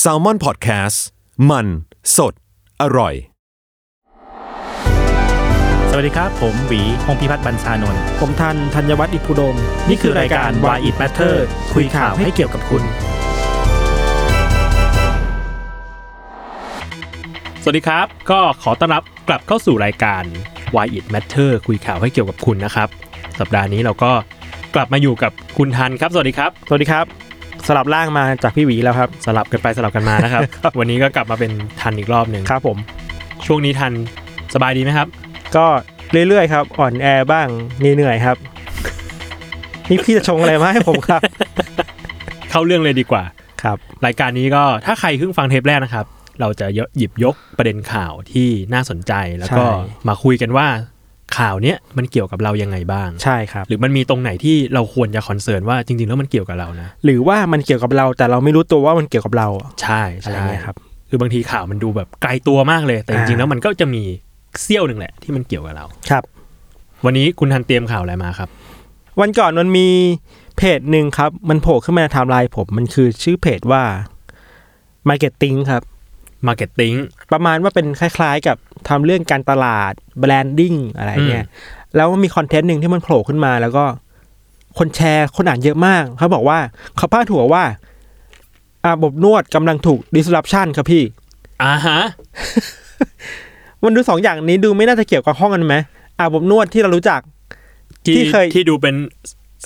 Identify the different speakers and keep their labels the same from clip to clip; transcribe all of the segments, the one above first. Speaker 1: แซลมอนพอดแคสต์มันสดอร่อย
Speaker 2: สวัสดีครับ ผมหวีพงพิพัฒน์บัญชานนท์
Speaker 3: ผมทันธัญวัฒน์อิพุดม
Speaker 2: นี่คือรายการ Why It Matter คุยข่าวให้เกี่ยวกับคุณ สวัสดีครับ ก็ขอต้อนรับกลับเข้าสู่รายการ Why It Matter คุยข่าวให้เกี่ยวกับคุณนะครับ สัปดาห์นี้เราก็กลับมาอยู่กับคุณทันครับ สวัสดีครับ
Speaker 3: สวัสดีครับ สลับร่างมาจากพี่หวีแล้วครับ
Speaker 2: สลับกันไปสลับกันมานะครับ วันนี้ก็กลับมาเป็นทันอีกรอบหนึ่ง
Speaker 3: ครับผม
Speaker 2: ช่วงนี้ทันสบายดีไหมครับ
Speaker 3: ก็เรื่อยๆครับ อ่อนแอบ้างเหนื่อยๆครับ นี่พี่จะชงอะไรมาให้ผม ครับ
Speaker 2: เข้าเรื่องเลยดีกว่า
Speaker 3: ครับ
Speaker 2: รายการนี้ก็ถ้าใครเพิ่งฟังเทปแรกนะครับ เราจะหยิบยกประเด็นข่าวที่น่าสนใจแล้วก็
Speaker 3: ใช่
Speaker 2: มาคุยกันว่าข่าวเนี้ยมันเกี่ยวกับเรายังไงบ้าง
Speaker 3: ใช่ครับ
Speaker 2: หรือมันมีตรงไหนที่เราควรจะคอนเซิร์นว่าจริงๆ แล้วมันเกี่ยวกับเรานะ
Speaker 3: หรือว่ามันเกี่ยวกับเราแต่เราไม่รู้ตัวว่ามันเกี่ยวกับเราอะ
Speaker 2: ใช่
Speaker 3: อะไร
Speaker 2: ใช่
Speaker 3: เงี้ยครับ
Speaker 2: คือบางทีข่าวมันดูแบบไกลตัวมากเลย แต่จ
Speaker 3: อ่า
Speaker 2: ริงๆแล้วมันก็จะมีเสี้ยวหนึ่งแหละที่มันเกี่ยวกับเรา
Speaker 3: ครับ
Speaker 2: วันนี้คุณทันเตรียมข่าวอะไรมาครับ
Speaker 3: วันก่อนมันมีเพจหนึ่งครับ มันโผล่ขึ้นมาในไทม์ไลน์ผมมันคือชื่อเพจว่า Marketing ครับ
Speaker 2: Marketing
Speaker 3: ประมาณว่าเป็นคล้ายๆ กับทำเรื่องการตลาดแบรนดิ้งอะไรเนี่ย แล้วมันมีคอนเทนต์หนึ่งที่มันโผล่ขึ้นมาแล้วก็คนแชร์คนอ่านเยอะมาก เขาบอกว่าเขาพาดหัวว่าอาบอบนวดกำลังถูก disruption ครับพี่
Speaker 2: อ่าฮะ
Speaker 3: มันดูสองอย่างนี้ดูไม่น่าจะเกี่ยวกับห้องกันไหมอาบอบนวดที่เรารู้จัก
Speaker 2: ที่
Speaker 3: ที่เคย
Speaker 2: ที่ดูเป็น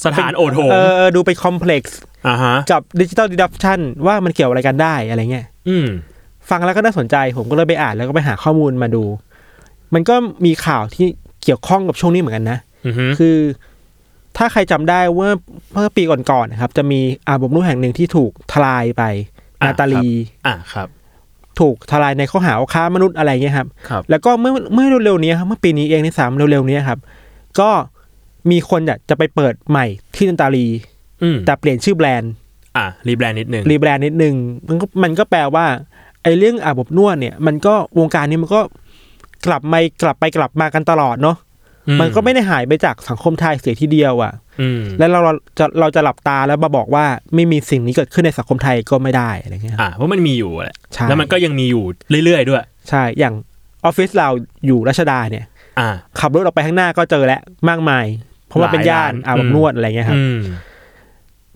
Speaker 2: สถานโอทโหม
Speaker 3: เออดูไป complex
Speaker 2: อ่าฮะ
Speaker 3: กับ digital disruption ว่ามันเกี่ยวอะไรกันได้อะไรเงี้ย
Speaker 2: อืม
Speaker 3: ฟังแล้วก็น่าสนใจผมก็เลยไปอ่านแล้วก็ไปหาข้อมูลมาดู มันก็มีข่าวที่เกี่ยวข้องกับช่วงนี้เหมือนกันนะ
Speaker 2: อือฮึ
Speaker 3: คือถ้าใครจำได้ว่าเมื่อปีก่อนๆนะครับ จะมีอาบอบนวดแห่งหนึ่งที่ถูกทลายไป นาตาลี
Speaker 2: อ่าครับ
Speaker 3: ถูกทลายในข้อหาว่าค้ามนุษย์อะไรเงี้ยครับ
Speaker 2: ครับ
Speaker 3: แล้วก็เมื่อเมื่อเร็วๆนี้ครับเมื่อปีนี้เองในสามเร็วๆนี้ครับ ก็มีคนอยากจะไปเปิดใหม่ที่นาตาลี
Speaker 2: อืม
Speaker 3: แต่เปลี่ยนชื่อแบรนด์
Speaker 2: อ่ะ รีแบรนด์นิดนึง
Speaker 3: รีแบรนด์นิดนึงมันก็มันก็แปลว่าไอ้เรื่องอาบอบนวดเนี่ย มันก็วงการนี้มันก็กลับมากลับไปกลับมากันตลอดเนาะ
Speaker 2: อื
Speaker 3: มันก็ไม่ได้หายไปจากสังคมไทยเสียทีเดียวอ่ะ
Speaker 2: อืม
Speaker 3: แล้วเราจะเราจะหลับตาแล้วมาบอกว่าไม่มีสิ่งนี้เกิดขึ้นในสังคมไทยก็ไม่ได้อะไรเงี้ยครับ
Speaker 2: อ่ะเพราะมันมีอยู่แหละ
Speaker 3: ใช่
Speaker 2: แล้วมันก็ยังมีอยู่เรื่อยๆด้วย
Speaker 3: ใช่อย่างออฟฟิศเราอยู่รัชดาเนี่ย
Speaker 2: อ่ะ
Speaker 3: ขับรถออกไปข้างหน้าก็เจอแล้วมากมาย เพราะว่าเป็น
Speaker 2: หลาย
Speaker 3: ย่าน
Speaker 2: ร้าน
Speaker 3: อาบ
Speaker 2: อืม
Speaker 3: อบนวดอะไรเงี้ยครับ
Speaker 2: อืม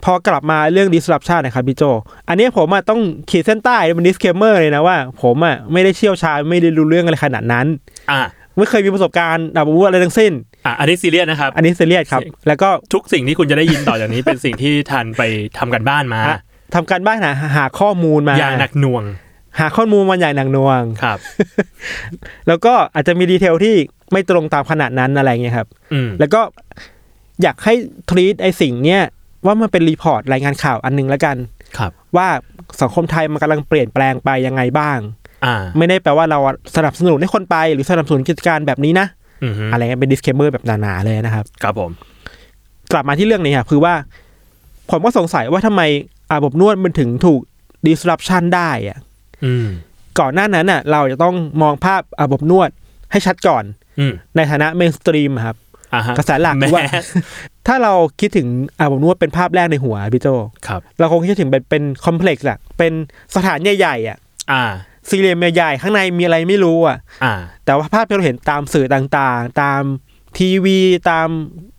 Speaker 3: พอกลับมาเรื่อง disruption นะครับพี่โจ อันนี้ผมอะต้องขีดเส้นใต้เป็น disclaimer เลยนะว่า ผมอะไม่ได้เชี่ยวชาญไม่ได้รู้เรื่องอะไรขนาดนั้น
Speaker 2: อ่ะ
Speaker 3: ไม่เคยมีประสบการณ์อาบอบนวดอะไรทั้งสิ้น
Speaker 2: อ่ะอันนี้ซีเรียสนะครับ
Speaker 3: อันนี้เซเรียสครับ แล้วก็
Speaker 2: ทุกสิ่งที่คุณจะได้ยินต่อจากนี้ เป็นสิ่งที่ทันไปทำกันบ้านมา
Speaker 3: อ่ะทำการบ้านหาหาข้อมูลมา
Speaker 2: อย่างหนักหน่วง
Speaker 3: หาข้อมูลมาอย่างหนักหน่วง
Speaker 2: ครับ
Speaker 3: แล้วก็อาจจะมีดีเทลที่ไม่ตรงตามขนาดนั้นอะไรเงี้ยครับ
Speaker 2: อืม
Speaker 3: แล้วก็อยากให้ทรีตไอสิ่งเนี้ยว่ามันเป็นรีพอร์ตรายงานข่าวอันหนึงแล้วกัน
Speaker 2: ครับ
Speaker 3: ว่าสังคมไทยมันกำลังเปลี่ยนแปลงไปยังไงบ้าง
Speaker 2: อ่า
Speaker 3: ไม่ได้แปลว่าเราสนับสนุนให้คนไป หรือสนับสนุนกิจการแบบนี้นะ
Speaker 2: อืมฮึ
Speaker 3: อะไรเงี้ยเป็น disclaimer แบบหนาๆเลยนะครับ
Speaker 2: ครับผม
Speaker 3: กลับมาที่เรื่องนี้ครับคือว่า ผมก็สงสัยว่าทำไมอาบอบนวดมันถึงถูก disruption ได้อะ
Speaker 2: อืม
Speaker 3: ก่อนหน้านั้นน่ะ เราจะต้องมองภาพอาบอบนวดให้ชัดก่อน
Speaker 2: อืม
Speaker 3: ในฐานะ mainstream อะครับ
Speaker 2: อ่ะฮะ
Speaker 3: กระแสหลัก
Speaker 2: แม
Speaker 3: ว่า
Speaker 2: ส
Speaker 3: ถ้าเราคิดถึงอาบอบนวดเป็นภาพแรกในหัวพี่โจ
Speaker 2: ครับ
Speaker 3: เราคงคิดถึงเป็นเป็น complex อะเป็นสถานใหญ่ๆอะ
Speaker 2: อ่า
Speaker 3: สี่เหลี่ยมใหญ่ๆข้างในมีอะไรไม่รู้อะ
Speaker 2: อ่า
Speaker 3: แต่ว่าภาพที่เราเห็นตามสื่อต่างๆ ตามทีวีตาม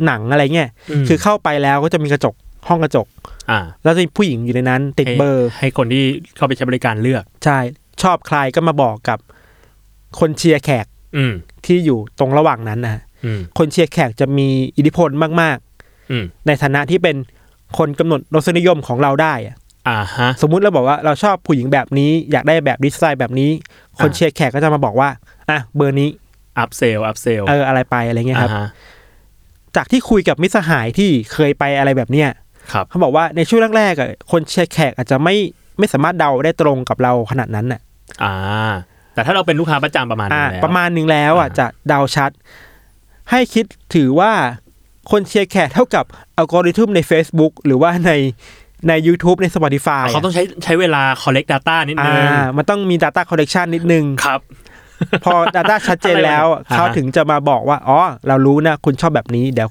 Speaker 3: หนังอะไรเงี้ย
Speaker 2: ม
Speaker 3: คือเข้าไปแล้วก็จะมีกระจกห้องกระจก
Speaker 2: อ่า
Speaker 3: แล้วจะมีผู้หญิงอยู่ในนั้น ติด
Speaker 2: ให้
Speaker 3: เบอร์
Speaker 2: ให้คนที่เข้าไปใช้บริการเลือก
Speaker 3: ใช่ ชอบใครก็มาบอกกับ คนเชียร์แขก
Speaker 2: อืม
Speaker 3: ที่อยู่ตรงระหว่างนั้นนะฮะ
Speaker 2: อืม
Speaker 3: คนเชียร์แขกจะมีอิทธิพลมาก
Speaker 2: อืม
Speaker 3: ๆ ในฐานะที่เป็นคนกำหนดรสนิยมของเราได้อะ
Speaker 2: อ่าฮะ
Speaker 3: สมมุติเราบอกว่าเราชอบผู้หญิงแบบนี้ อยากได้แบบดีไซน์แบบนี้ คน
Speaker 2: อ่า
Speaker 3: เชียร์แขกก็จะมาบอกว่าอ่ะเบอร์นี้
Speaker 2: อัพเซลอัพเซล
Speaker 3: เอออะไรไปอะไรเงี้ยครับ
Speaker 2: ฮะ
Speaker 3: จากที่คุยกับมิตรสหายที่เคยไปอะไรแบบเนี้ย
Speaker 2: ครับ
Speaker 3: เขาบอกว่าในช่วงแรกๆอ่ะคนเชียร์แขกอาจจะไม่ไม่สามารถเดาได้ตรงกับเราขนาดนั้นน่ะ
Speaker 2: อ่า แต่ถ้าเราเป็นลูกค้าประจำประมาณ
Speaker 3: อ่า
Speaker 2: นี้แล้ว
Speaker 3: ประมาณหนึ่งแล้วอ่ะ
Speaker 2: อ่า
Speaker 3: จะเดาชัด ให้คิดถือว่าคนเชียร์แขกเท่ากับอัลกอริทึมใน Facebook หรือว่าในใน YouTube ใน Spotify
Speaker 2: อ่ะเขาต้องใช้ใช้เวลา collect data นิดนึ
Speaker 3: อ่างมันต้องมี Data Collection นิดนึง
Speaker 2: ครับ
Speaker 3: พอ Data ชัดเจน แล้วอ่ะ
Speaker 2: อ่าฮะ
Speaker 3: เขาถึงจะมาบอกว่าอ๋อเรารู้นะคุณชอบแบบนี้เดี๋ยว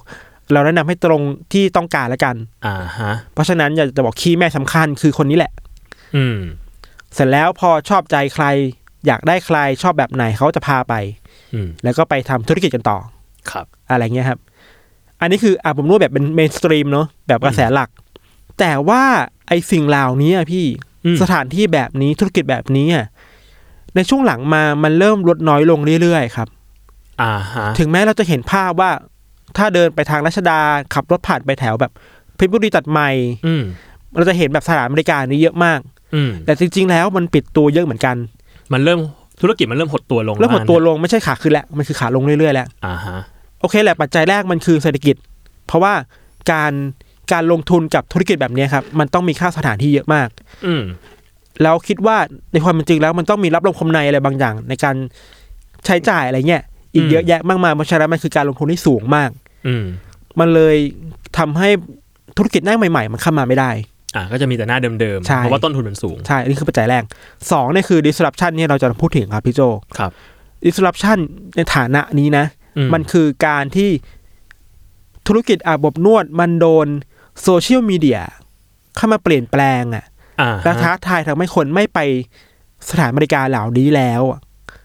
Speaker 3: เราแนะนำให้ตรงที่ต้องการละกัน
Speaker 2: อ่าฮะ
Speaker 3: เพราะฉะนั้นอยากจะบอกคีย์แม่สำคัญคือคนนี้แหละ
Speaker 2: อืม
Speaker 3: เสร็จแล้วพอชอบใจใคร อยากได้ใครชอบแบบไหนเขาจะพาไป
Speaker 2: อืม
Speaker 3: แล้วก็ไปทำธุรกิจกันต่อ
Speaker 2: ครับ
Speaker 3: อะไรเงี้ยครับ อันนี้คืออ่ะผมรู้แบบเป็นเมนสตรีมเนาะแบบกระแสหลัก แต่ว่าไอสิ่งเหล่านี้อะพี่
Speaker 2: อืม
Speaker 3: สถานที่แบบนี้ธุรกิจแบบนี้อะในช่วงหลังมามันเริ่มลดน้อยลงเรื่อยๆครับ
Speaker 2: อ่าฮะ
Speaker 3: ถึงแม้เราจะเห็นภาพว่าถ้าเดินไปทางรัชดาขับรถผ่านไปแถวแบบเพชรบุรีตัดใหม่
Speaker 2: อืม
Speaker 3: เราจะเห็นแบบสถานบริการนี้เยอะมาก
Speaker 2: อืม
Speaker 3: แต่จริง ๆ แล้วมันปิดตัวเยอะเหมือนกัน
Speaker 2: มันเริ่มธุรกิจมันเริ่มหดตัวลง
Speaker 3: แล้วหดตัว
Speaker 2: นะ
Speaker 3: ลงไม่ใช่ขาขึ้นแล้วมันคือขาลงเรื่อยๆแล้ว
Speaker 2: อ่าฮะ
Speaker 3: โอเคแหละปัจจัยแรกมันคือเศรษฐกิจ เพราะว่าการการลงทุนกับธุรกิจแบบเนี้ยครับ มันต้องมีค่าสถานที่เยอะมาก
Speaker 2: อืม
Speaker 3: แล้วคิดว่าในความเป็นจริงแล้วมันต้องมีรับลมคมในอะไรบางอย่าง ในการใช้จ่ายอะไรเงี้ยอีกเยอะแยะมากมายเพราะฉะนั้นมันคือการลงทุนที่สูงมาก
Speaker 2: อืม
Speaker 3: มันเลยทำให้ธุรกิจหน้าใหม่ ๆ มันเข้ามาไม่ได้
Speaker 2: อ่าก็จะมีแต่หน้าเดิมๆ
Speaker 3: ใช่
Speaker 2: เพราะว่าต้นทุนมันสูง
Speaker 3: ใช่อันนี่คือปัจจัยแรกสองเนี่ยคือ disruption เนี่ยเราจะพูดถึงครับพี่โจ
Speaker 2: ครับ
Speaker 3: disruption ในฐานะนี้นะ
Speaker 2: อื
Speaker 3: มันคือการที่ธุรกิจอาบอบนวด มันโดนโซเชียลมีเดียเข้ามาเปลี่ยนแปลงอะ
Speaker 2: อ่าฮ
Speaker 3: และท้าทายทำให้คนไม่ไปสถานบริการเหล่านี้แล้วอะ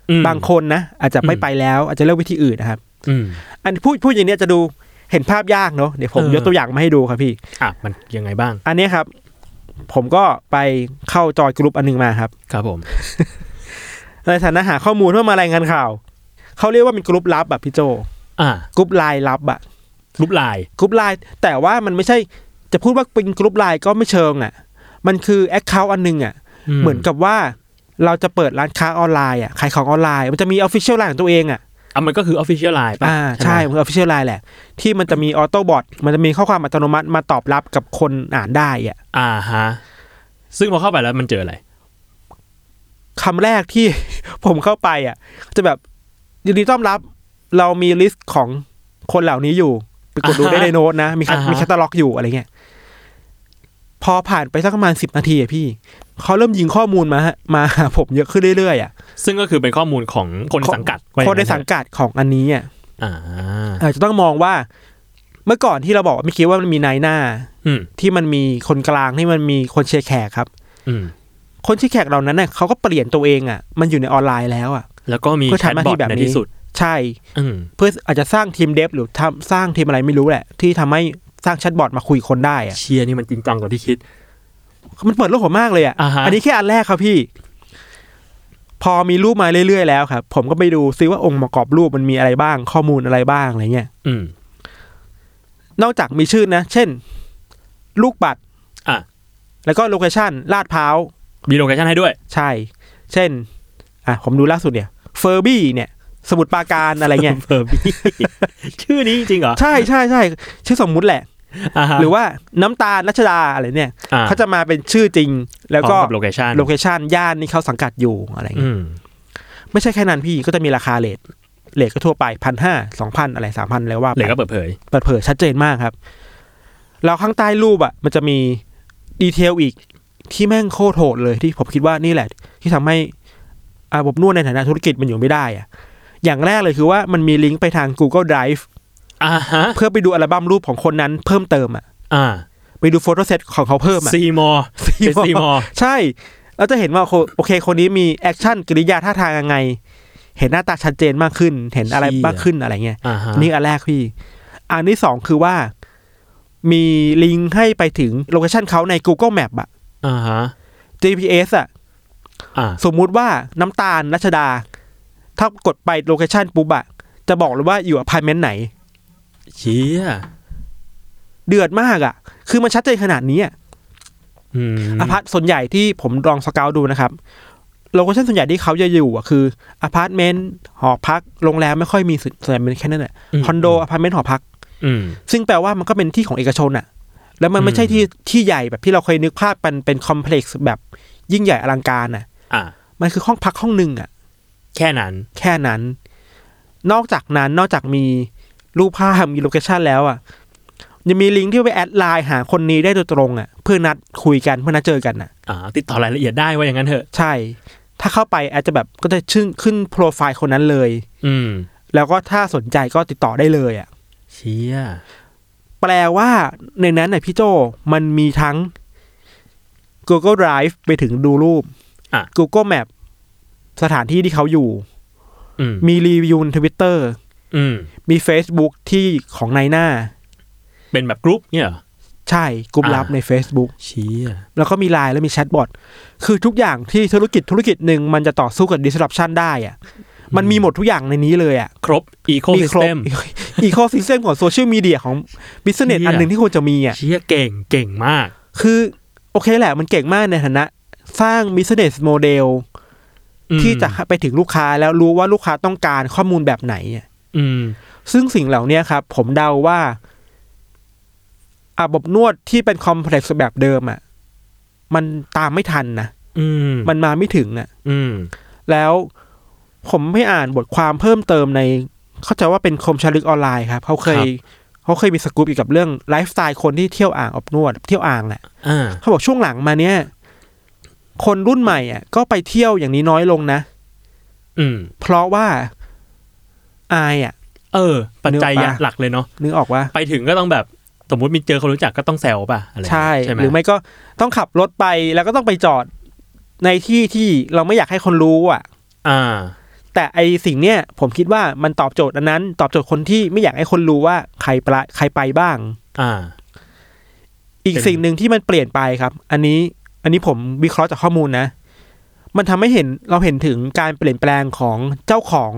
Speaker 2: อืม
Speaker 3: บางคนนะอาจจะไม่
Speaker 2: อืม
Speaker 3: ไปแล้วอาจจะเลือกวิธีอื่นนะครับ
Speaker 2: อืม
Speaker 3: อันพูดพูดอย่างเนี้ยจะดูเห็นภาพยากเนาะเดี๋ยวผม
Speaker 2: เออ
Speaker 3: ยกตัวอย่างมาให้ดูครับพี่
Speaker 2: อ่ะมันยังไงบ้าง
Speaker 3: อันเนี้ยครับ ผมก็ไปเข้าจอยกลุ่มอันหนึงมาครับ
Speaker 2: ครับผม
Speaker 3: ในฐานะหาข้อมูลเพื่อมารายงานข่าวเขาเรียกว่าเป็นกลุ่มลับอะพี่โจ
Speaker 2: อ่าก
Speaker 3: ลุ่มไลน์ลับอะ
Speaker 2: รูปลาย
Speaker 3: กรุ๊ปไลน์แต่ว่ามันไม่ใช่จะพูดว่าเป็นกรุ๊ปไลน์ก็ไม่เชิงอ่ะ มันคือแอคเคาท์อันหนึงอ่ะ เหมือนกับว่าเราจะเปิดร้านค้าออนไลน์อ่ะขายของออนไลน์ มันจะมีออฟฟิเชียลไลน์ของตัวเองอ่ะ
Speaker 2: อ่ะมันก็คือ Official Line ป่ะ
Speaker 3: อ่าใช่
Speaker 2: ไหม
Speaker 3: มันออฟฟิเชียลไลน์แหละ ที่มันจะมีออโต้บอทมันจะมีข้อความอัตโนมัติมาตอบรับกับคนอ่านได้อ่ะ
Speaker 2: อ่าฮะ ซึ่งพอเข้าไปแล้วมันเจออะไร
Speaker 3: คำแรกที่ ผมเข้าไปอ่ะ จะแบบยินดีต้อนรับ เรามีลิสต์ของคนเหล่านี้อยู่ไปกดดูได้ในโน้ตนะ มีคัท
Speaker 2: อ่าฮะ
Speaker 3: มีแคตตาล็อกอยู่อะไรเงี้ยพอผ่านไปสักประมาณสิบนาทีอะพี่เขาเริ่มยิงข้อมูลมาฮะมาหาผมเยอะขึ้นเรื่อยๆอ่ะ
Speaker 2: ซึ่งก็คือเป็นข้อมูลของคนในสังกัดว่าอ
Speaker 3: ค
Speaker 2: ย่าน
Speaker 3: ในสังกัดของอันนี้อ่ะ
Speaker 2: อ่า
Speaker 3: อาจจะต้องมองว่า เมื่อก่อนที่เราบอกว่าไม่คิดว่ามันมีนายหน้า
Speaker 2: อืม
Speaker 3: ที่มันมีคนกลางที่มันมีคนเชียร์แขกครับ
Speaker 2: อืม
Speaker 3: คนเชียร์แขกเหล่านั้นเน่ะเขาก็เปลี่ยนตัวเองอ่ะ มันอยู่ในออนไลน์แล้วอ่ะ
Speaker 2: แล้วก็มี
Speaker 3: เพื่อ
Speaker 2: แชท
Speaker 3: ทำห
Speaker 2: บ
Speaker 3: น้าที่
Speaker 2: อท
Speaker 3: แบบ
Speaker 2: ใน
Speaker 3: นี้
Speaker 2: ที่สุด
Speaker 3: ใช่
Speaker 2: อืม
Speaker 3: เพื่ออาจจะสร้างทีมเดฟหรือทำสร้างทีมอะไรไม่รู้แหละ ที่ทำให้สร้างแชทบอทมาคุยคนได้อะ
Speaker 2: เชียร์นี่มันจริงจังกว่าที่คิด
Speaker 3: มันเปิดโลกผมมากเลยอะ
Speaker 2: อ่าฮะ
Speaker 3: อันนี้แค่อันแรกครับพี่ พอมีรูปมาเรื่อยๆแล้วครับ ผมก็ไปดูซิว่าองค์ประกอบรูปมันมีอะไรบ้าง ข้อมูลอะไรบ้างอะไรเงี้ย
Speaker 2: อืม
Speaker 3: นอกจากมีชื่อนะ เช่น ลูกบัตร
Speaker 2: อ่ะ
Speaker 3: แล้วก็โลเคชั่นลาดพร้าว
Speaker 2: มีโลเคชั่นให้ด้วย
Speaker 3: ใช่ เช่น อ่ะผมดูล่าสุดเนี่ยเฟอร์บี้เนี่ย สมุดปราการอะไรเงี้ ย
Speaker 2: เฟอร์บี้ ชื่อนี้จริงเหรอ
Speaker 3: ใช่ใช่ใช่ชื่อสมมุติแหละ
Speaker 2: อ่าฮะ
Speaker 3: หรือว่าน้ำตาลรัชดาอะไรเนี่ย
Speaker 2: อ่
Speaker 3: เขาจะมาเป็นชื่อจริง แล้ว
Speaker 2: พ
Speaker 3: ก็
Speaker 2: ร้อมบโลเคชั่น
Speaker 3: โลเคชันย่านนี่เขาสังกัดอยู่อะไรเงี้ย
Speaker 2: อืม
Speaker 3: ไม่ใช่แค่นั้นพี่ก็จะมีราคาเลทเลทก็ทั่วไปพันห้าสองพันอะไรสามพันแล้วว่าไป
Speaker 2: เหลือก็เปิดเผย
Speaker 3: เปิดเผยชัดเจนมากครับ แล้วข้างใต้รูปอ่ะ มันจะมีดีเทลอีกที่แม่งโคตรโหดเลยที่ผมคิดว่านี่แหละ ที่ทำให้อาบบนวดในฐานะธุรกิจมันอยู่ไม่ได้อ่ะ อย่างแรกเลยคือว่ามันมีลิงก์ไปทาง Google Drive
Speaker 2: อ่าฮะ
Speaker 3: เพื่อไปดูอัลบั้มรูปของคนนั้นเพิ่มเติมอ่ะ
Speaker 2: อ่า
Speaker 3: ไปดูโฟโต้เซตของเขาเพิ่มอ่ะ
Speaker 2: ซีมอร์เป็นซีมอร์
Speaker 3: ใช่ เราจะเห็นว่าโอเคโอเค คนนี้มีแอคชั่นกริยาท่าทางยังไง เห็นหน้าตาชัดเจนมากขึ้น เห็นอะไรมากขึ้นอะไรเงี้ย
Speaker 2: อ่าฮะ
Speaker 3: นี่อันแรกพี่ อันที่สองคือว่า มีลิงก์ให้ไปถึงโลเคชันเขาใน Google Map อะ
Speaker 2: อ่าฮะ
Speaker 3: GPS อะ
Speaker 2: อ่า
Speaker 3: สมมุติว่าน้ำตาลรัชดา ถ้ากดไปโลเคชันปุ๊บอะจะบอกเลยว่าอยู่อพาร์ตเมนต์ไหน
Speaker 2: เชีย
Speaker 3: เดือดมากอะคือมันชัดเจนขนาดนี้อะ
Speaker 2: อืม
Speaker 3: อพาร์ตส่วนใหญ่ที่ผมลองสเกาต์ดูนะครับโลเคชั่นส่วนใหญ่ที่เขาจะอยู่อะคืออพาร์ตเมนต์หอพักโรงแรมไม่ค่อยมีส่วนส่วนใหญ่เป็นแค่นั้นแหละ
Speaker 2: ม
Speaker 3: คอนโดอพาร์ตเมนต์หอพัก
Speaker 2: อืม
Speaker 3: ซึ่งแปลว่ามันก็เป็นที่ของเอกชนอะแล้วมัน
Speaker 2: อื
Speaker 3: ไม่
Speaker 2: ม
Speaker 3: ใช่ที่ที่ใหญ่แบบที่เราเคยนึกภาพมันเป็นคอมเพล็กซ์แบบยิ่งใหญ่อลังการอะ
Speaker 2: อ่า
Speaker 3: มันคือห้องพักห้องหนึ่งอะ
Speaker 2: แค่นั้น
Speaker 3: แค่นั้น นอกจากนั้นนอกจากมีรูปภาพมีโลเคชันแล้วอะยังมีลิงก์ที่ไปแอดไลน์หาคนนี้ได้โดยตรงอะเพื่อนัดคุยกันเพื่อนัดเจอกันอะ
Speaker 2: อ่า ติดต่อรายละเอียดได้ว่าอย่างนั้นเถอะ
Speaker 3: ใช่ ถ้าเข้าไปอาจจะแบบก็จะชื่นขึ้นโปรไฟล์คนนั้นเลย
Speaker 2: อืม
Speaker 3: แล้วก็ถ้าสนใจก็ติดต่อได้เลยอ่ะ
Speaker 2: เชีย
Speaker 3: แปลว่าในนั้นน่ะพี่โจมันมีทั้ง Google Drive ไปถึงดูรูป
Speaker 2: อ่ะ
Speaker 3: Google Map สถานที่ที่เขาอยู่
Speaker 2: อืม
Speaker 3: มีรีวิวทวิตเตอร์
Speaker 2: อืม
Speaker 3: มี Facebook ที่ของนายหน้า
Speaker 2: เป็นแบบกรุ๊ปเนี่ยเหรอ
Speaker 3: ใช่กลุ่ม
Speaker 2: อ่า
Speaker 3: ลับใน Facebook
Speaker 2: เชี้
Speaker 3: แล้วก็มีไลน์แล้วมีแชทบอทคือทุกอย่างที่ธุรกิจธุรกิจหนึ่งมันจะต่อสู้กับ disruption ได้อะมันมีหมดทุกอย่างในนี้เลยอ่ะ
Speaker 2: ครบอีโค
Speaker 3: มี
Speaker 2: ซิส
Speaker 3: ครบ
Speaker 2: เต็ ม
Speaker 3: อีโคซิสเต็มของโซเชียลมีเดียของบิสเนส
Speaker 2: เชี่ย
Speaker 3: อันหนึ่งที่ควรจะมีอ่ะ
Speaker 2: เชี้ยเก่งเก่งมาก
Speaker 3: คือโอเคแหละมันเก่งมากในฐานะ สร้าง business model
Speaker 2: อืม
Speaker 3: ที่จะไปถึงลูกค้าแล้วรู้ว่าลูกค้าต้องการข้อมูลแบบไหนอะ
Speaker 2: อืม
Speaker 3: ซึ่งสิ่งเหล่านี้ครับ ผมเดาว่าอาบอบนวดที่เป็นคอมเพล็กซ์แบบเดิมอ่ะมันตามไม่ทันนะ
Speaker 2: อืม
Speaker 3: มันมาไม่ถึงอ่ะ
Speaker 2: อืม
Speaker 3: แล้วผมไม่อ่านบทความเพิ่มเติมใน เข้าใจว่าเป็นคมชาลึกออนไลน์ครับเขาเคย
Speaker 2: ครับ
Speaker 3: เขาเคยมีสกู๊ปเกี่ยวกับเรื่องไลฟ์สไตล์คนที่เที่ยวอ่างอบนวดเที่ยวอ่างแหละ
Speaker 2: อ่า
Speaker 3: เขาบอกช่วงหลังมาเนี่ย คนรุ่นใหม่อ่ะ ก็ไปเที่ยวอย่างนี้น้อยลงนะ
Speaker 2: อืม
Speaker 3: เพราะว่าอายอ่ะ
Speaker 2: เออ ปัจจัย
Speaker 3: นึกออกปะ
Speaker 2: หลักเลยเนาะ
Speaker 3: นึกออกว่า
Speaker 2: ไปถึงก็ต้องแบบสมมติมีเจอคนรู้จักก็ต้องแซวป่ะอะไร
Speaker 3: ใช่
Speaker 2: ใช่ไหม
Speaker 3: หรือไม่ก็ต้องขับรถไปแล้วก็ต้องไปจอดในที่ที่เราไม่อยากให้คนรู้อ่ะ
Speaker 2: อ่า
Speaker 3: แต่ไอสิ่งเนี้ยผมคิดว่ามันตอบโจทย์อันนั้น ตอบโจทย์คนที่ไม่อยากให้คนรู้ว่าใครไปใครไปบ้าง
Speaker 2: อ่า
Speaker 3: อีก
Speaker 2: เป็น
Speaker 3: สิ่งหนึ่งที่มันเปลี่ยนไปครับ อันนี้ อันนี้ผมวิเคราะห์จากข้อมูลนะ มันทำให้เห็นเราเห็นถึงการเปลี่ยนแปลงของเจ้าของ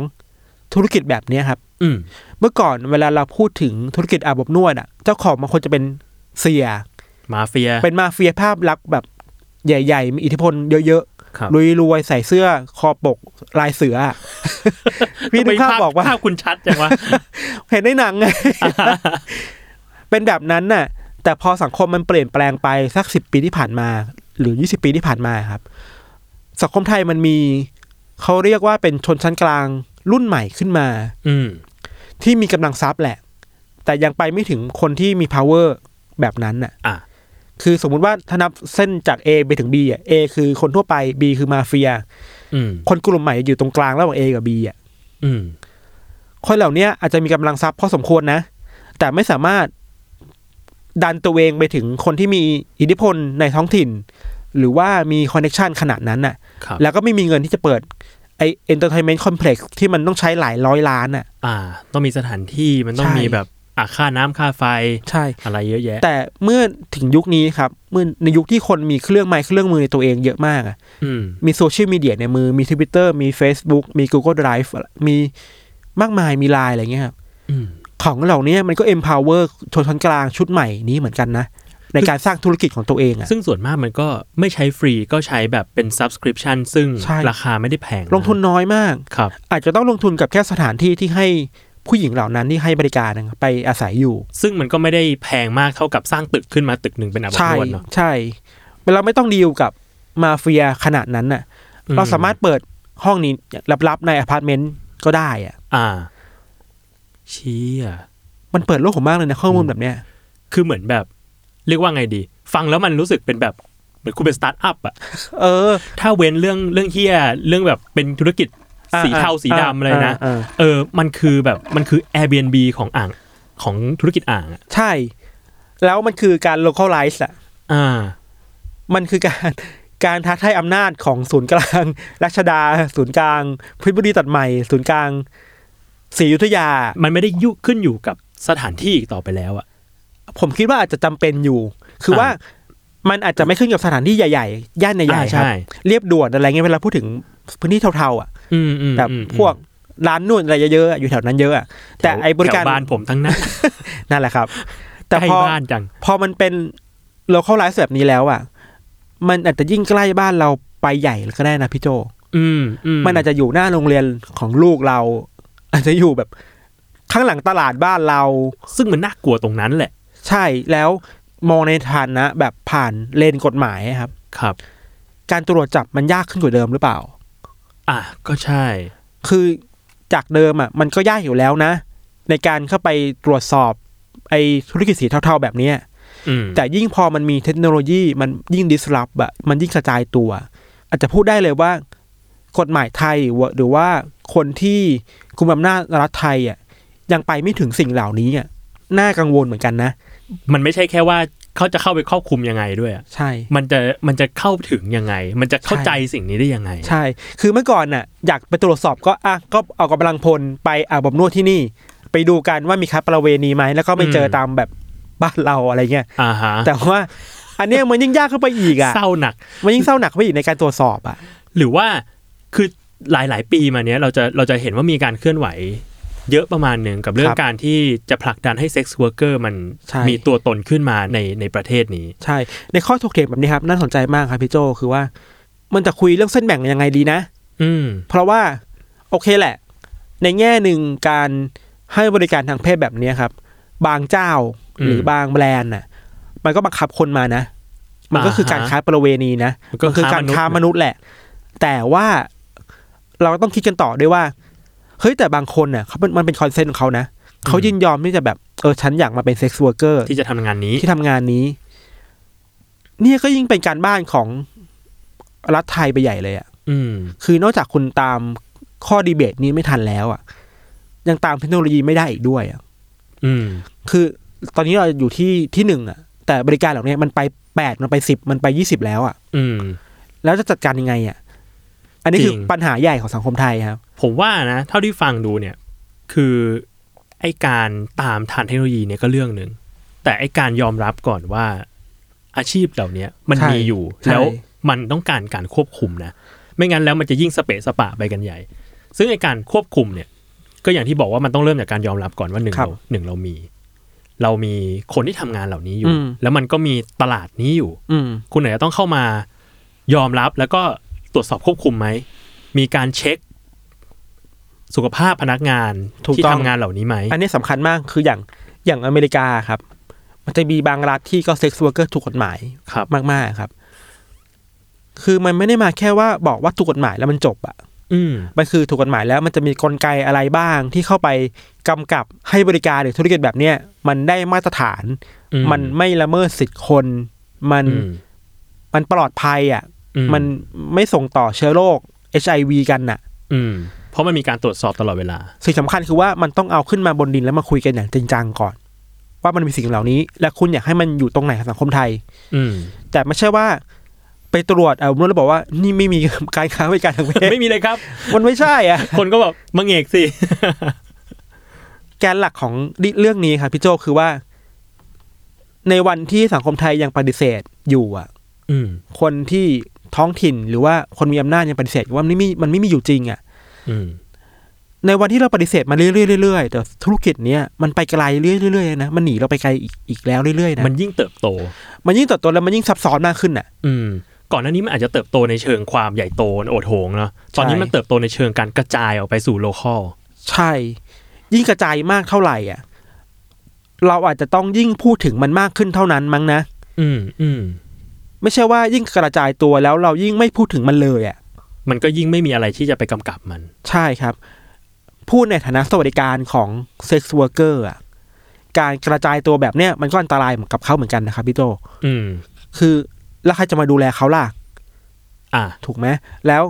Speaker 3: ธุรกิจแบบเนี้ยครับ
Speaker 2: อืม
Speaker 3: เมื่อก่อนเวลาเราพูดถึงธุรกิจอาบอบนวดอ่ะ เจ้าของมันควรจะเป็นเสีย
Speaker 2: มาเฟีย
Speaker 3: เป็นมาเฟียภาพลักษณ์แบบใหญ่ ๆ มีอิทธิพลเยอะ
Speaker 2: ครับ
Speaker 3: ๆรวยๆใส่เสื้อคอปกลายเสือ อะ พี่นึกภาพบอกว่า
Speaker 2: ภาพคุณชัดจัง วะ
Speaker 3: เห็นในหนังไง เป็นแบบนั้นน่ะ แต่พอสังคมมันเปลี่ยนแปลงไปสักสิบปีที่ผ่านมา หรือยี่สิบปีที่ผ่านมาครับ สังคมไทยมันมีเขาเรียกว่าเป็นชนชั้นกลางรุ่นใหม่ขึ้นมา
Speaker 2: อืม
Speaker 3: ที่มีกำลังทรัพย์แหละ แต่ยังไปไม่ถึงคนที่มี power แบบนั้นน่ะ
Speaker 2: อ่ะ
Speaker 3: คือสมมุติว่าถ้านับเส้นจาก A ไปถึง B อ่ะ A คือคนทั่วไป B คือมาเฟีย
Speaker 2: อืม
Speaker 3: คนกลุ่มใหม่อยู่ตรงกลางระหว่าง A กับ B อ่ะ
Speaker 2: อืม
Speaker 3: คนเหล่าเนี้ยอาจจะมีกำลังทรัพย์พอสมควรนะ แต่ไม่สามารถดันตัวเองไปถึงคนที่มีอิทธิพลในท้องถิ่น หรือว่ามีคอนเน t ชันขนาดนั้นน่ะ
Speaker 2: ครับ
Speaker 3: แล้วก็ไม่มีเงินที่จะเปิดไอเอนเตอร์เทนเมนต์คอมเพล็กซ์ที่มันต้องใช้หลายร้อยล้านน่ะ
Speaker 2: อ่า ต้องมีสถานที่มันต้อง
Speaker 3: ใช่
Speaker 2: มีแบบอ่าค่าน้ำค่าไฟ
Speaker 3: ใช่
Speaker 2: อะไรเยอะแยะ
Speaker 3: แต่เมื่อถึงยุคนี้ครับเมื่อในยุคที่คนมีเครื่องไม้เครื่องมือในตัวเองเยอะมากอะ
Speaker 2: อืม
Speaker 3: มีโซเชียลมีเดียในมือมีทวิตเตอร์มี Facebook มี Google Drive มีมากมายมีไลน์อะไรเงี้ยครับ
Speaker 2: อืม
Speaker 3: ของเหล่านี้มันก็ empower ชนชั้นกลางชุดใหม่นี้เหมือนกันนะ ในการสร้างธุรกิจของตัวเองอะ
Speaker 2: ซึ่งส่วนมากมันก็ไม่ใช้ฟรีก็ใช้แบบเป็น subscription ซึ่ง
Speaker 3: ใช่
Speaker 2: ราคาไม่ได้แพงะ
Speaker 3: ลงทุนน้อยมาก
Speaker 2: ครับ
Speaker 3: อาจจะต้องลงทุนกับแค่สถานที่ที่ให้ผู้หญิงเหล่านั้นที่ให้บริการนะครับไปอาศัยอยู่
Speaker 2: ซึ่งมันก็ไม่ได้แพงมากเท่ากับสร้างตึกขึ้นมาตึกหนึ่งเป็นอาบอบ
Speaker 3: ใช่
Speaker 2: นวดเนาะ
Speaker 3: ใช่เราไม่ต้องดีลกับมาเฟียขนาดนั้นน่ะ
Speaker 2: อื
Speaker 3: เราสามารถเปิดห้องนี้ลับๆในอพาร์ตเมนต์ก็ได้อะ
Speaker 2: อ่า เชี่ย
Speaker 3: มันเปิดโลกผมมากเลยนะข้อมูลแบบเนี้ย
Speaker 2: คือเหมือนแบบ เรียกว่าไงดี ฟังแล้วมันรู้สึกเป็นแบบเหมือนคุณเป็นสตาร์ทอัพอะ
Speaker 3: เออ
Speaker 2: ถ้าเว้นเรื่องเรื่องเฮียเรื่องแบบเป็นธุรกิจสีเทาสีดำอะไรนะ
Speaker 3: อ่า
Speaker 2: เออ มันคือแบบมันคือ Airbnb ของอ่างของธุรกิจอ่างอะ
Speaker 3: ใช่ แล้วมันคือการ localize อะ
Speaker 2: อ่า
Speaker 3: มันคือการ การท้าทายอำนาจของศูนย์กลาง รัชดา ศูนย์กลางเพิบุรีตัดใหม่ ศูนย์กลางศรีอยุธยา
Speaker 2: มันไม่ได้ยุขึ้นอยู่กับสถานที่อีกต่อไปแล้วอะ
Speaker 3: ผมคิดว่าอาจจะจำเป็นอยู่ คือ
Speaker 2: อ่า
Speaker 3: ว่ามันอาจจะไม่ขึ้นกับสถานที่ใหญ่ๆ ย่านใหญ่
Speaker 2: อ่า
Speaker 3: ๆครับ เรียบด่วนอะไรเงี้ยเวลาพูดถึงพื้นที่เทาๆอ่ะ
Speaker 2: อืมอืม
Speaker 3: แบบ
Speaker 2: อืม
Speaker 3: พวกร้านนวดอะไรเยอะๆอะอยู่แถวนั้นเยอะอะแต่ไอ้บริการ
Speaker 2: แถวบ้านผมทั้งนั้น
Speaker 3: นั่นแหละครับ
Speaker 2: ใก
Speaker 3: แต่
Speaker 2: ล้
Speaker 3: พอ
Speaker 2: บ้านจัง
Speaker 3: พอมันเป็นเราเข้าไลฟ์แบบนี้แล้วอ่ะ มันอาจจะยิ่งใกล้บ้านเราไปใหญ่ก็ได้นะพี่โจ
Speaker 2: อืมอืม
Speaker 3: มันอาจจะอยู่หน้าโรงเรียนของลูกเรา อาจจะอยู่แบบข้างหลังตลาดบ้านเรา
Speaker 2: ซึ่งมันน่ากลัวตรงนั้นแหละ
Speaker 3: ใช่แล้วมองในฐานะแบบผ่านเลนกฎหมายครับ
Speaker 2: ครับ
Speaker 3: การตรวจจับมันยากขึ้นกว่าเดิมหรือเปล่า
Speaker 2: อ่ะก็ใช่
Speaker 3: คือจากเดิมอ่ะ มันก็ยากอยู่แล้วนะ ในการเข้าไปตรวจสอบไอ้ธุรกิจสีเทาๆแบบเนี้ย
Speaker 2: อืม
Speaker 3: แต่ยิ่งพอมันมีเทคโนโลยีมันยิ่งดิสลอฟอะมันยิ่งกระจายตัว อาจจะพูดได้เลยว่ากฎหมายไทยหรือว่าหรือว่าคนที่คุมอำนาจรัฐไทยอะยังไปไม่ถึงสิ่งเหล่านี้อะน่ากังวลเหมือนกันนะ
Speaker 2: มันไม่ใช่แค่ว่า เขาจะเข้าไปครอบคลุมยังไงด้วยอะ
Speaker 3: ใช่
Speaker 2: มันจะมันจะเข้าถึงยังไง มันจะเข้าใจสิ่งนี้ได้ยังไง
Speaker 3: ใช่ คือเมื่อก่อนน่ะอยากไปตรวจสอบก็อ่ะก็เอากำลังพลไปอาบอบนวดที่นี่ ไปดูกันว่ามีค้าประเวณีไหมแล้วก็ไปเจออ
Speaker 2: ม
Speaker 3: ตามแบบบ้านเราอะไรเงี้ย
Speaker 2: อ่าฮะ
Speaker 3: แต่ว่า อันเนี้ยมันยิ่งยากเข้าไปอีกอ่ะ
Speaker 2: เศร้าหนัก
Speaker 3: มันยิ่งเศร้าหนักเข้าไปอีกในการตรวจสอบอ่ะ
Speaker 2: หรือว่าคือหลาย ๆ ปีมาเนี้ยเราจะเราจะเห็นว่ามีการเคลื่อนไหว เยอะประมาณหนึ่งกับเรื่อ
Speaker 3: ค
Speaker 2: ง
Speaker 3: รับ
Speaker 2: การที่จะผลักดันให้เซ็กซ์เวิร์กเกอร์มัน
Speaker 3: ใช่
Speaker 2: มีตัวตนขึ้นมาในในประเทศนี้
Speaker 3: ใช่ ในข้อถกเถียงแบบนี้ครับ น่าสนใจมากครับพี่โจคือว่า มันจะคุยเรื่องเส้นแบ่งยังไงดีนะ
Speaker 2: อืม
Speaker 3: เพราะว่าโอเคแหละ ในแง่หนึ่งการให้บริการทางเพศแบบเนี้ยครับ บางเจ้า
Speaker 2: อืม
Speaker 3: หรือบางแบรนด์น่ะ มันก็บังคับคนมานะ มันก็คือการ
Speaker 2: อ่าฮะ
Speaker 3: ค้าประเวณีนะ
Speaker 2: มันก็
Speaker 3: มันคือการค้า
Speaker 2: ค้าม มนุ
Speaker 3: นุษ
Speaker 2: ษย์
Speaker 3: ย์แหละ แต่ว่าเราต้องคิดกันต่อด้วยว่าเฮ้ยแต่บางคนน่ะเขามันมันเป็นคอนเซนต์ของเขานะเขายินยอมที่จะแบบเออฉันอยากมาเป็นเซ็กซ์วอร์เกอร์
Speaker 2: ที่จะทำงานนี้
Speaker 3: ที่ทำงานนี้ เนี่ยก็ยิ่งเป็นการบ้านของรัฐไทยไปใหญ่เลยอะ
Speaker 2: อืม
Speaker 3: คือนอกจากคุณตามข้อดีเบตนี้ไม่ทันแล้วอ่ะ ยังตามเทคโนโลยีไม่ได้อีกด้วยอ่ะ
Speaker 2: อืม
Speaker 3: คือตอนนี้เราอยู่ที่ที่หนึ่งอ่ะ แต่บริการเหล่านี้มันไปแปดมันไปสิบมันไปยี่สิบแล้วอ่ะ
Speaker 2: อืม
Speaker 3: แล้วจะจัดการยังไงอ่ะ อันนี้คือ
Speaker 2: จริง
Speaker 3: ปัญหาใหญ่ของสังคมไทยครับ
Speaker 2: ผมว่านะ เท่าที่ฟังดูเนี่ย คือไอการตามทันเทคโนโลยีเนี่ยก็เรื่องหนึ่ง แต่ไอการยอมรับก่อนว่า อาชีพเหล่าเนี้ยมัน
Speaker 3: ใช่
Speaker 2: มีอยู่
Speaker 3: ใช่
Speaker 2: แล้วมันต้องการการควบคุมนะ ไม่งั้นแล้วมันจะยิ่งสเปะสปะไปกันใหญ่ ซึ่งไอการควบคุมเนี่ย ก็อย่างที่บอกว่ามันต้องเริ่มจากการยอมรับก่อนว่าหนึ่ง
Speaker 3: ครับ
Speaker 2: เราหนึ่งเรามี เรามีคนที่ทำงานเหล่านี้อยู่
Speaker 3: อืม
Speaker 2: แล้วมันก็มีตลาดนี้อยู่
Speaker 3: อืม
Speaker 2: คุณไหนจะต้องเข้ามายอมรับแล้วก็ตรวจสอบควบคุมไหม มีการเช็ค สุขภาพพนักงาน
Speaker 3: ถูก
Speaker 2: ที่
Speaker 3: ต้อง
Speaker 2: ทำงานเหล่านี้ไหม
Speaker 3: อันนี้สำคัญมากคืออย่างอย่างอเมริกาครับ มันจะมีบางรัฐที่ก็เซ็กซ์วอร์เกอร์ถูกกฎหมาย
Speaker 2: ครับ
Speaker 3: มากๆครับ คือมันไม่ได้มาแค่ว่าบอกว่าถูกกฎหมายแล้วมันจบอ่ะ
Speaker 2: อืม
Speaker 3: มันคือถูกกฎหมายแล้วมันจะมีกลไกอะไรบ้างที่เข้าไปกำกับให้บริการหรือธุรกิจแบบเนี้ยมันได้มาตรฐาน
Speaker 2: อืม
Speaker 3: มันไม่ละเมิดสิทธิ์คน มัน
Speaker 2: อืม
Speaker 3: มันปลอดภัยอ่ะ
Speaker 2: อื
Speaker 3: มันไม่ส่งต่อเชื้อโรค HIV กันน่ะ
Speaker 2: อืม เพราะมันมีการตรวจสอบตลอดเวลา
Speaker 3: สิ่งสำคัญคือว่ามันต้องเอาขึ้นมาบนดินแล้วมาคุยกันอย่างจริงจังก่อน ว่ามันมีสิ่งเหล่านี้ และคุณอยากให้มันอยู่ตรงไหนของสังคมไทย
Speaker 2: อืม
Speaker 3: แต่ไม่ใช่ว่า ไปตรวจเอารู้แล้วบอกว่านี่ไม่มีการค้าบริการทางเพศ
Speaker 2: ไม่มีเลยครับ
Speaker 3: มันไม่ใช่อ่ะ
Speaker 2: คนก็แบบมังเอกสิ
Speaker 3: แกนหลักของเรื่องนี้ครับพี่โจคือว่า ในวันที่สังคมไทยยังปฏิเสธอยู่อ่ะ
Speaker 2: อืม
Speaker 3: คนที่ท้องถิ่นหรือว่าคนมีอำนาจยังปฏิเสธว่ามันไม่มีมันไม่มีอยู่จริงอ่ะ
Speaker 2: อืม
Speaker 3: ในวันที่เราปฏิเสธมาเรื่อยๆเรื่อยๆแต่ธุรกิจเนี้ยมันไปไกลเรื่อยๆเรื่อยๆนะมันหนีเราไปไกลอีกอีกแล้วเรื่อยๆนะ
Speaker 2: มันยิ่งเติบโต
Speaker 3: มันยิ่งเติบโตแล้วมันยิ่งซับซ้อนมากขึ้นอ่ะ
Speaker 2: อืม ก่อนหน้านี้มันอาจจะเติบโตในเชิงความใหญ่โตโอดโหงเนาะตอนนี้
Speaker 3: ใช่
Speaker 2: มันเติบโตในเชิงการกระจายออกไปสู่โลคอล
Speaker 3: ใช่ ยิ่งกระจายมากเท่าไหร่อ่ะ เราอาจจะต้องยิ่งพูดถึงมันมากขึ้นเท่านั้นมั้งนะ
Speaker 2: อืม อืม
Speaker 3: ไม่ใช่ว่ายิ่งกระจายตัวแล้วเรายิ่งไม่พูดถึงมันเลยอ่ะ
Speaker 2: มันก็ยิ่งไม่มีอะไรที่จะไปกำกับมัน
Speaker 3: ใช่ครับ พูดในฐานะสวัสดิการของเซ็กซ์วอร์เกอร์อ่ะการกระจายตัวแบบเนี้ยมันก็อันตรายเหมือนกับเขาเหมือนกันนะครับพี่โต
Speaker 2: อืม
Speaker 3: คือแล้วใครจะมาดูแลเขาล่ะ
Speaker 2: อ่ะ
Speaker 3: ถูกไหมแล้ว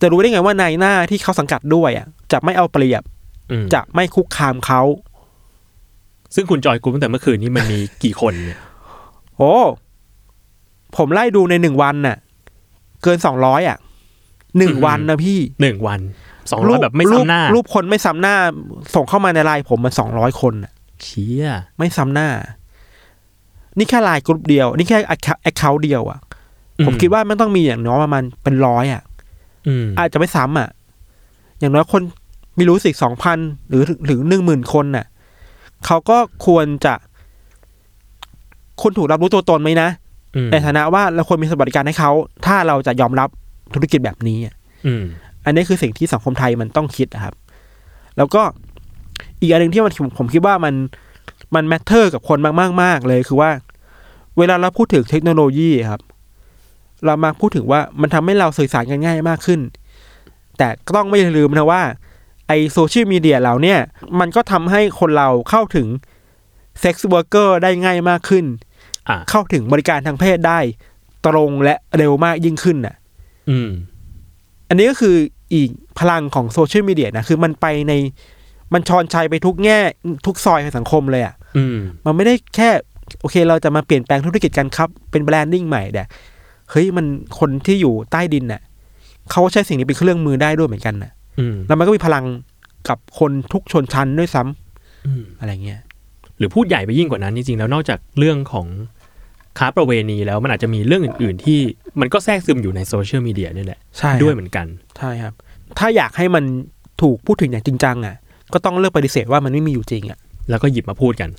Speaker 3: จะรู้ได้ไงว่านายหน้าที่เขาสังกัดด้วยอ่ะจะไม่เอาเปรียบ
Speaker 2: อืม
Speaker 3: จะไม่คุกคามเขา
Speaker 2: ซึ่งคุณจอยกรุ๊ปตั้งแต่เมื่อคืนนี้มันมีกี่คน เนี่ย
Speaker 3: โอ้ผมไล่ดูในหนึ่งวันน่ะ เกินสองร้อยอ่ะหนึ่งวันนะพี่
Speaker 2: หนึ่งวันสองร้อยแบบไม่
Speaker 3: รูป
Speaker 2: ซ้ำหน้า
Speaker 3: รูปคนไม่ซ้ำหน้า ส่งเข้ามาในไลน์ผมมันสองร้อยคนน่ะ
Speaker 2: เชี่ย
Speaker 3: ไม่ซ้ำหน้า นี่แค่ไลน์กลุ่มเดียว นี่แค่แอคเคาท์เดียวอะ่ะ ผมคิดว่ามันต้องมีอย่างน้อยประมาณเป็นร้อยอะ่ะ
Speaker 2: อืม
Speaker 3: อาจจะไม่ซ้ำอะ่ะ อย่างน้อยคนมีรู้สิสองพันหรือถึงหนึ่งหมื่นคนน่ะ เขาก็ควรจะคุณถูกรับรู้ตัวตนไหมนะ
Speaker 2: อืม
Speaker 3: ในฐานะว่าเราควรมีสวัสดิการให้เขา ถ้าเราจะยอมรับธุรกิจแบบนี้อะ
Speaker 2: อืม
Speaker 3: อันนี้คือสิ่งที่สังคมไทยมันต้องคิดนะครับ แล้วก็อีกอันหนึ่งที่มันผมคิดว่ามัน มันแมทเทอร์กับคนมากๆมากเลยคือว่า เวลาเราพูดถึงเทคโนโลยีครับ เรามาพูดถึงว่ามันทำให้เราสื่อสารกันง่ายมากขึ้น แต่ก็ต้องไม่ลืมนะว่า ไอโซเชียลมีเดียเราเนี่ย มันก็ทำให้คนเราเข้าถึงเซ็กซ์เวิร์เกอร์ได้ง่ายมากขึ้น
Speaker 2: อ่ะ
Speaker 3: เข้าถึงบริการทางเพศได้ตรงและเร็วมากยิ่งขึ้นน่ะ
Speaker 2: อืม
Speaker 3: อันนี้ก็คืออีกพลังของโซเชียลมีเดียนะคือมันไปในมันชอนชัยไปทุกแง่ทุกซอยของสังคมเลยอ่ะ
Speaker 2: อืม
Speaker 3: มันไม่ได้แค่ โอเค เราจะมาเปลี่ยนแปลงธุรกิจกันครับ เป็นแบรนดิ้งใหม่แต่เฮ้ยมันคนที่อยู่ใต้ดินน่ะเขาใช้สิ่งนี้เป็นเครื่องมือได้ด้วยเหมือนกันน่ะ
Speaker 2: อืม
Speaker 3: แล้วมันก็มีพลังกับคนทุกชนชั้นด้วยซ้ำ
Speaker 2: อืม
Speaker 3: อะไรเงี้ย
Speaker 2: หรือพูดใหญ่ไปยิ่งกว่านั้นจริงๆแล้วนอกจากเรื่องของค้าประเวณีแล้วมันอาจจะมีเรื่องอื่นๆ ที่มันก็แทรกซึมอยู่ในโซเชียลมีเดียนี่แหละ
Speaker 3: ใช่
Speaker 2: ด้
Speaker 3: ด้
Speaker 2: ว
Speaker 3: วย ย
Speaker 2: เหมือนกัน
Speaker 3: ใช่ครับ ถ้าอยากให้มันถูกพูดถึงอย่างจริงจังอ่ะ ก็ต้องเลิกปฏิเสธว่ามันไม่มีอยู่จริงอ่ะ
Speaker 2: แล้วก็หยิบมาพูดกัน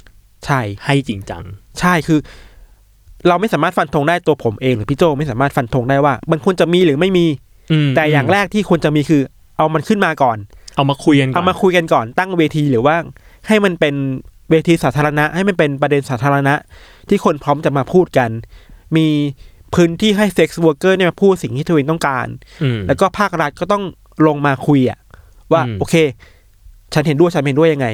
Speaker 3: ใช่
Speaker 2: ให้จริงจัง
Speaker 3: ใช่คือ เราไม่สามารถฟันธงได้ตัวผมเอง หรือพี่โจไม่สามารถฟันธงได้ว่า มันควรจะมีหรือไม่มี แต่อย่างแรกที่ควรจะมีคือ เอามันขึ้นมาก่อน
Speaker 2: เอามาคุยกันก่
Speaker 3: เอา
Speaker 2: น
Speaker 3: มาคุยกันก่อนตั้งเวทีหรือว่า ให้มันเป็นเวทีสาธารณะ ให้มันเป็นประเด็นสาธารณะ ที่คนพร้อมจะมาพูดกัน มีพื้นที่ให้เซ็กซ์วอร์เกอร์เนี่ยมาพูดสิ่งที่ตัวเองต้องการ
Speaker 2: อืม
Speaker 3: แล้วก็ภาครัฐก็ต้องลงมาคุยอะว่า
Speaker 2: อืม
Speaker 3: โอเค ฉันเห็นด้วยฉันเห็นด้วยยังไง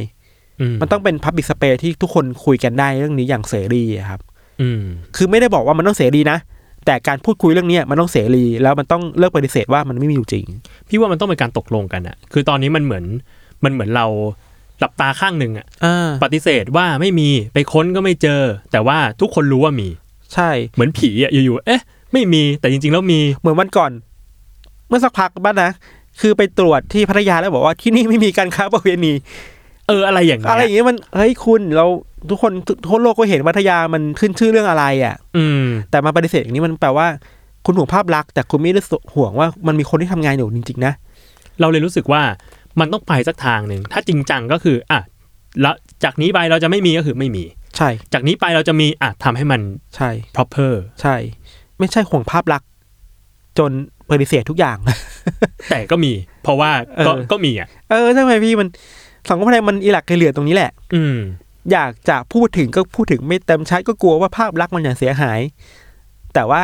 Speaker 2: ม
Speaker 3: มันต้องเป็นพับบิ s สเป e ที่ทุกคนคุยกันได้เรื่องนี้อย่างเสรีอะครับ
Speaker 2: อืม
Speaker 3: คือไม่ได้บอกว่ามันต้องเสรีนะ แต่การพูดคุยเรื่องเนี้ยมันต้องเสรี แล้วมันต้องเลิกปฏิเสธว่ามันไม่มีอยู่จริง
Speaker 2: พี่ว่ามันต้องเป็นการตกลงกันอะคือตอนนี้มันเหมือนมันเหมือนเราหลับตาข้างหนึ่งอะ
Speaker 3: อ่า
Speaker 2: ปฏิเสธว่าไม่มีไปค้นก็ไม่เจอ แต่ว่าทุกคนรู้ว่ามี
Speaker 3: ใช่
Speaker 2: เหมือนผีอะอยู่ๆเอ๊ะ ไม่มีแต่จริงๆแล้วมี
Speaker 3: เหมือนวันก่อน เมื่อสักพักบ้านนะ คือไปตรวจที่พัทยาแล้วบอกว่าที่นี่ไม่มีการค้าประเวณี
Speaker 2: เอออะไรอย่างเงี้ย
Speaker 3: อะไรอย่างเงี้ยมันเฮ้ยคุณเราทุกคนทั่วโลกก็เห็นพัทยามันขึ้นชื่อเรื่องอะไรอ่ะ
Speaker 2: อืม
Speaker 3: แต่มาปฏิเสธอย่างนี้มันแปลว่าคุณห่วงภาพลักษณ์แต่คุณไม่ได้ห่วงว่ามันมีคนที่ทำงานอยู่จริงๆนะ
Speaker 2: เราเลยรู้สึกว่ามันต้องไปสักทางหนึ่ง ถ้าจริงจังก็คืออ่ะแล้วจากนี้ไปเราจะไม่มีก็คือไม่มี
Speaker 3: ใช่
Speaker 2: จากนี้ไปเราจะมีอ่ะทำให้มัน
Speaker 3: ใช่
Speaker 2: proper
Speaker 3: ใช่ ไม่ใช่ห่วงภาพลักษณ์จนปฏิเสธทุกอย่าง
Speaker 2: แต่ก็มี เพราะว่าก็
Speaker 3: เออ
Speaker 2: ก็มีอ่ะ
Speaker 3: เออทำไมพี่มันสังคมไทยมันอิหลักไกเหลือตรงนี้แหละ
Speaker 2: อืม
Speaker 3: อยากจะพูดถึงก็พูดถึงไม่เต็มชัดก็กลัวว่าภาพลักษณ์มันจะเสียหาย แต่ว่า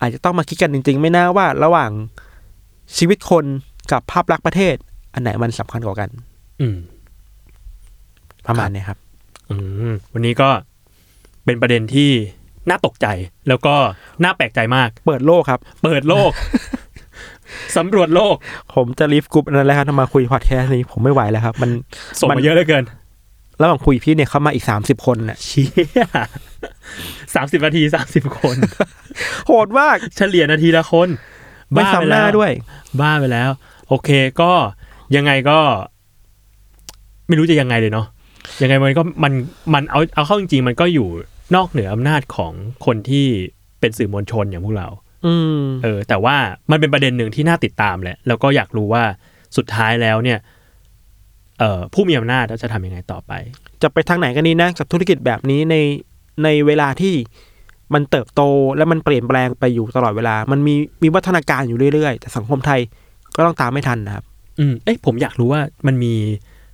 Speaker 3: อาจจะต้องมาคิดกันจริง ๆ ไม่น่าว่าระหว่างชีวิตคนกับภาพลักษณ์ประเทศ อันไหนมันสำคัญกว่ากัน
Speaker 2: อืม
Speaker 3: ประมาณเนี้ยครับ
Speaker 2: อืม วันนี้ก็เป็นประเด็นที่น่าตกใจ แล้วก็น่าแปลกใจมาก
Speaker 3: เปิดโลกครับ
Speaker 2: เปิดโล ก สำรวจโลก
Speaker 3: ผมจะรีฟกรุ๊ปอันนั้นแล้วครับทำมาคุยพอดแคสต์นี้ผมไม่ไหวแล้วครับ มัน
Speaker 2: ส่งมาเยอะเหลือเกิน
Speaker 3: ระหว่างคุยพี่เนี่ยเข้ามาอีกสามสิบคนน่ะ
Speaker 2: เชี่ยสามสิบนาทีสามสิบคน
Speaker 3: โหดมาก
Speaker 2: เฉลี่ยนาทีละคน
Speaker 3: ไม่
Speaker 2: บ้ไป
Speaker 3: ซ้ำหน้า
Speaker 2: แล้
Speaker 3: ด้วย
Speaker 2: บ้าไปแล้ว โอเคก็ยังไงก็ ไม่รู้จะยังไงเลยเนาะยังไงมันก็มันมันเอาเอาเข้าจริง ๆ มันก็อยู่นอกเหนืออำนาจของคนที่เป็นสื่อมวลชนอย่างพวกเรา
Speaker 3: อืม
Speaker 2: เออ แต่ว่ามันเป็นประเด็นหนึ่งที่น่าติดตามแหละ แล้วก็อยากรู้ว่าสุดท้ายแล้วเนี่ย เอ่อผู้มีอำนาจจะทำยังไงต่อไป
Speaker 3: จะไปทางไหนกันดีนะกับธุรกิจแบบนี้ในในเวลาที่มันเติบโตและมันเปลี่ยนแปลงไปอยู่ตลอดเวลา มันมีมีวัฒนาการอยู่เรื่อยๆ แต่สังคมไทยก็ต้องตามไม่ทันนะครับ
Speaker 2: อืมเอ้ยผมอยากรู้ว่ามันมี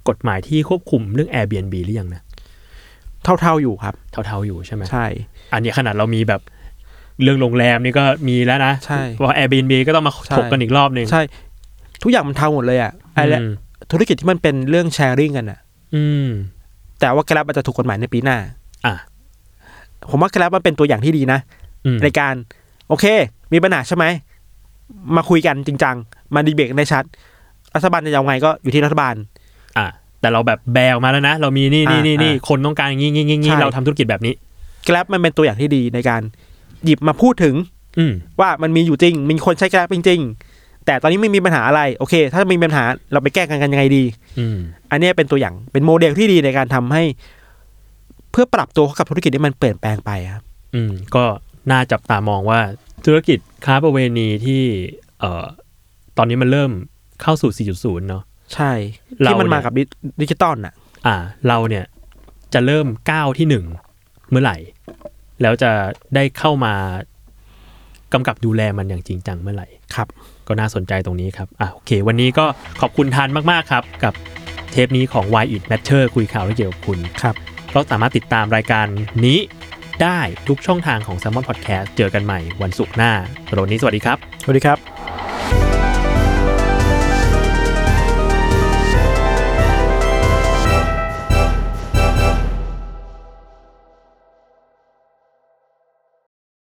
Speaker 2: กฎหมายที่ควบคุมเรื่อง Airbnb หรือยังนะ
Speaker 3: เท่าๆอยู่ครับ
Speaker 2: เท่าๆอยู่ใช่ไหม
Speaker 3: ใช่
Speaker 2: อันนี้ขนาดเรามีแบบเรื่องโรงแรมนี่ก็มีแล้วนะ
Speaker 3: ใช่
Speaker 2: ว่า Airbnb ก็ต้องมา
Speaker 3: ใช่
Speaker 2: ถกกันอีกรอบหนึ่ง
Speaker 3: ใช่ ทุกอย่างมันเท่าหมดเลยอะไอ้แหละ
Speaker 2: ม
Speaker 3: ธุรกิจที่มันเป็นเรื่องแชร์ริงกันอะ
Speaker 2: อืม
Speaker 3: แต่ว่าแกร็บอาจจะถูกกฎหมายในปีหน้า
Speaker 2: อ่ะ
Speaker 3: ผมว่าแกร็บมันเป็นตัวอย่างที่ดีนะ
Speaker 2: อืม
Speaker 3: ในการ โอเค มีปัญหาใช่ไหม มาคุยกันจริงจังมาดีเบตกันได้ชัดรัฐบาลจะยังไงก็อยู่ที่รัฐบาล
Speaker 2: อ่ะแต่เราแบบแบลมาแล้วนะ เรามีนี่นี่
Speaker 3: อ่ะ
Speaker 2: นี่นี่
Speaker 3: อ่ะ
Speaker 2: คนต้องการอย่างงี้งี้งี้
Speaker 3: ใช่
Speaker 2: งี้เราทำธุรกิจแบบนี้
Speaker 3: แกร็บมันเป็นตัวอย่างที่ดีในการ หยิบมาพูดถึง
Speaker 2: อืม
Speaker 3: ว่ามันมีอยู่จริง มีคนใช้แกร็บจริงๆ แต่ตอนนี้ไม่มีปัญหาอะไร โอเค ถ้ามีปัญหาเราไปแก้กันกันยังไงดี
Speaker 2: อืม
Speaker 3: อันเนี้ยเป็นตัวอย่างเป็นโมเดลที่ดีในการทำให้ เพื่อปรับตัวเข้ากับธุรกิจที่มันเปลี่ยนแปลงไปครับ
Speaker 2: อืม ก็น่าจับตามองว่าธุรกิจค้าประเวณีที่ เอ่อ ตอนนี้มันเริ่มเข้าสู่ 4.0 เนาะ
Speaker 3: ใช่
Speaker 2: เรา
Speaker 3: ที่มันมา
Speaker 2: เนี่ย
Speaker 3: กับดิจิตอลน่ะ
Speaker 2: อ่า เราเนี่ยจะเริ่มก้าวที่หนึ่งเมื่อไหร่ แล้วจะได้เข้ามากำกับดูแลมันอย่างจริงจังเมื่อไหร่
Speaker 3: ครับ
Speaker 2: ก็น่าสนใจตรงนี้ครับ อ่ะโอเค วันนี้ก็ขอบคุณทันมาก ๆ ครับ กับเทปนี้ของ Why It Matter คุยข่าวให้เกี่ยวกับคุณ
Speaker 3: ครับ
Speaker 2: ก็สามารถติดตามรายการนี้ได้ทุกช่องทางของ s ซ m o n Podcast เจอกันใหม่วันศุกร์หน้าสำหรับวันนี้สวัสดีครับ
Speaker 3: สวัสดีครับ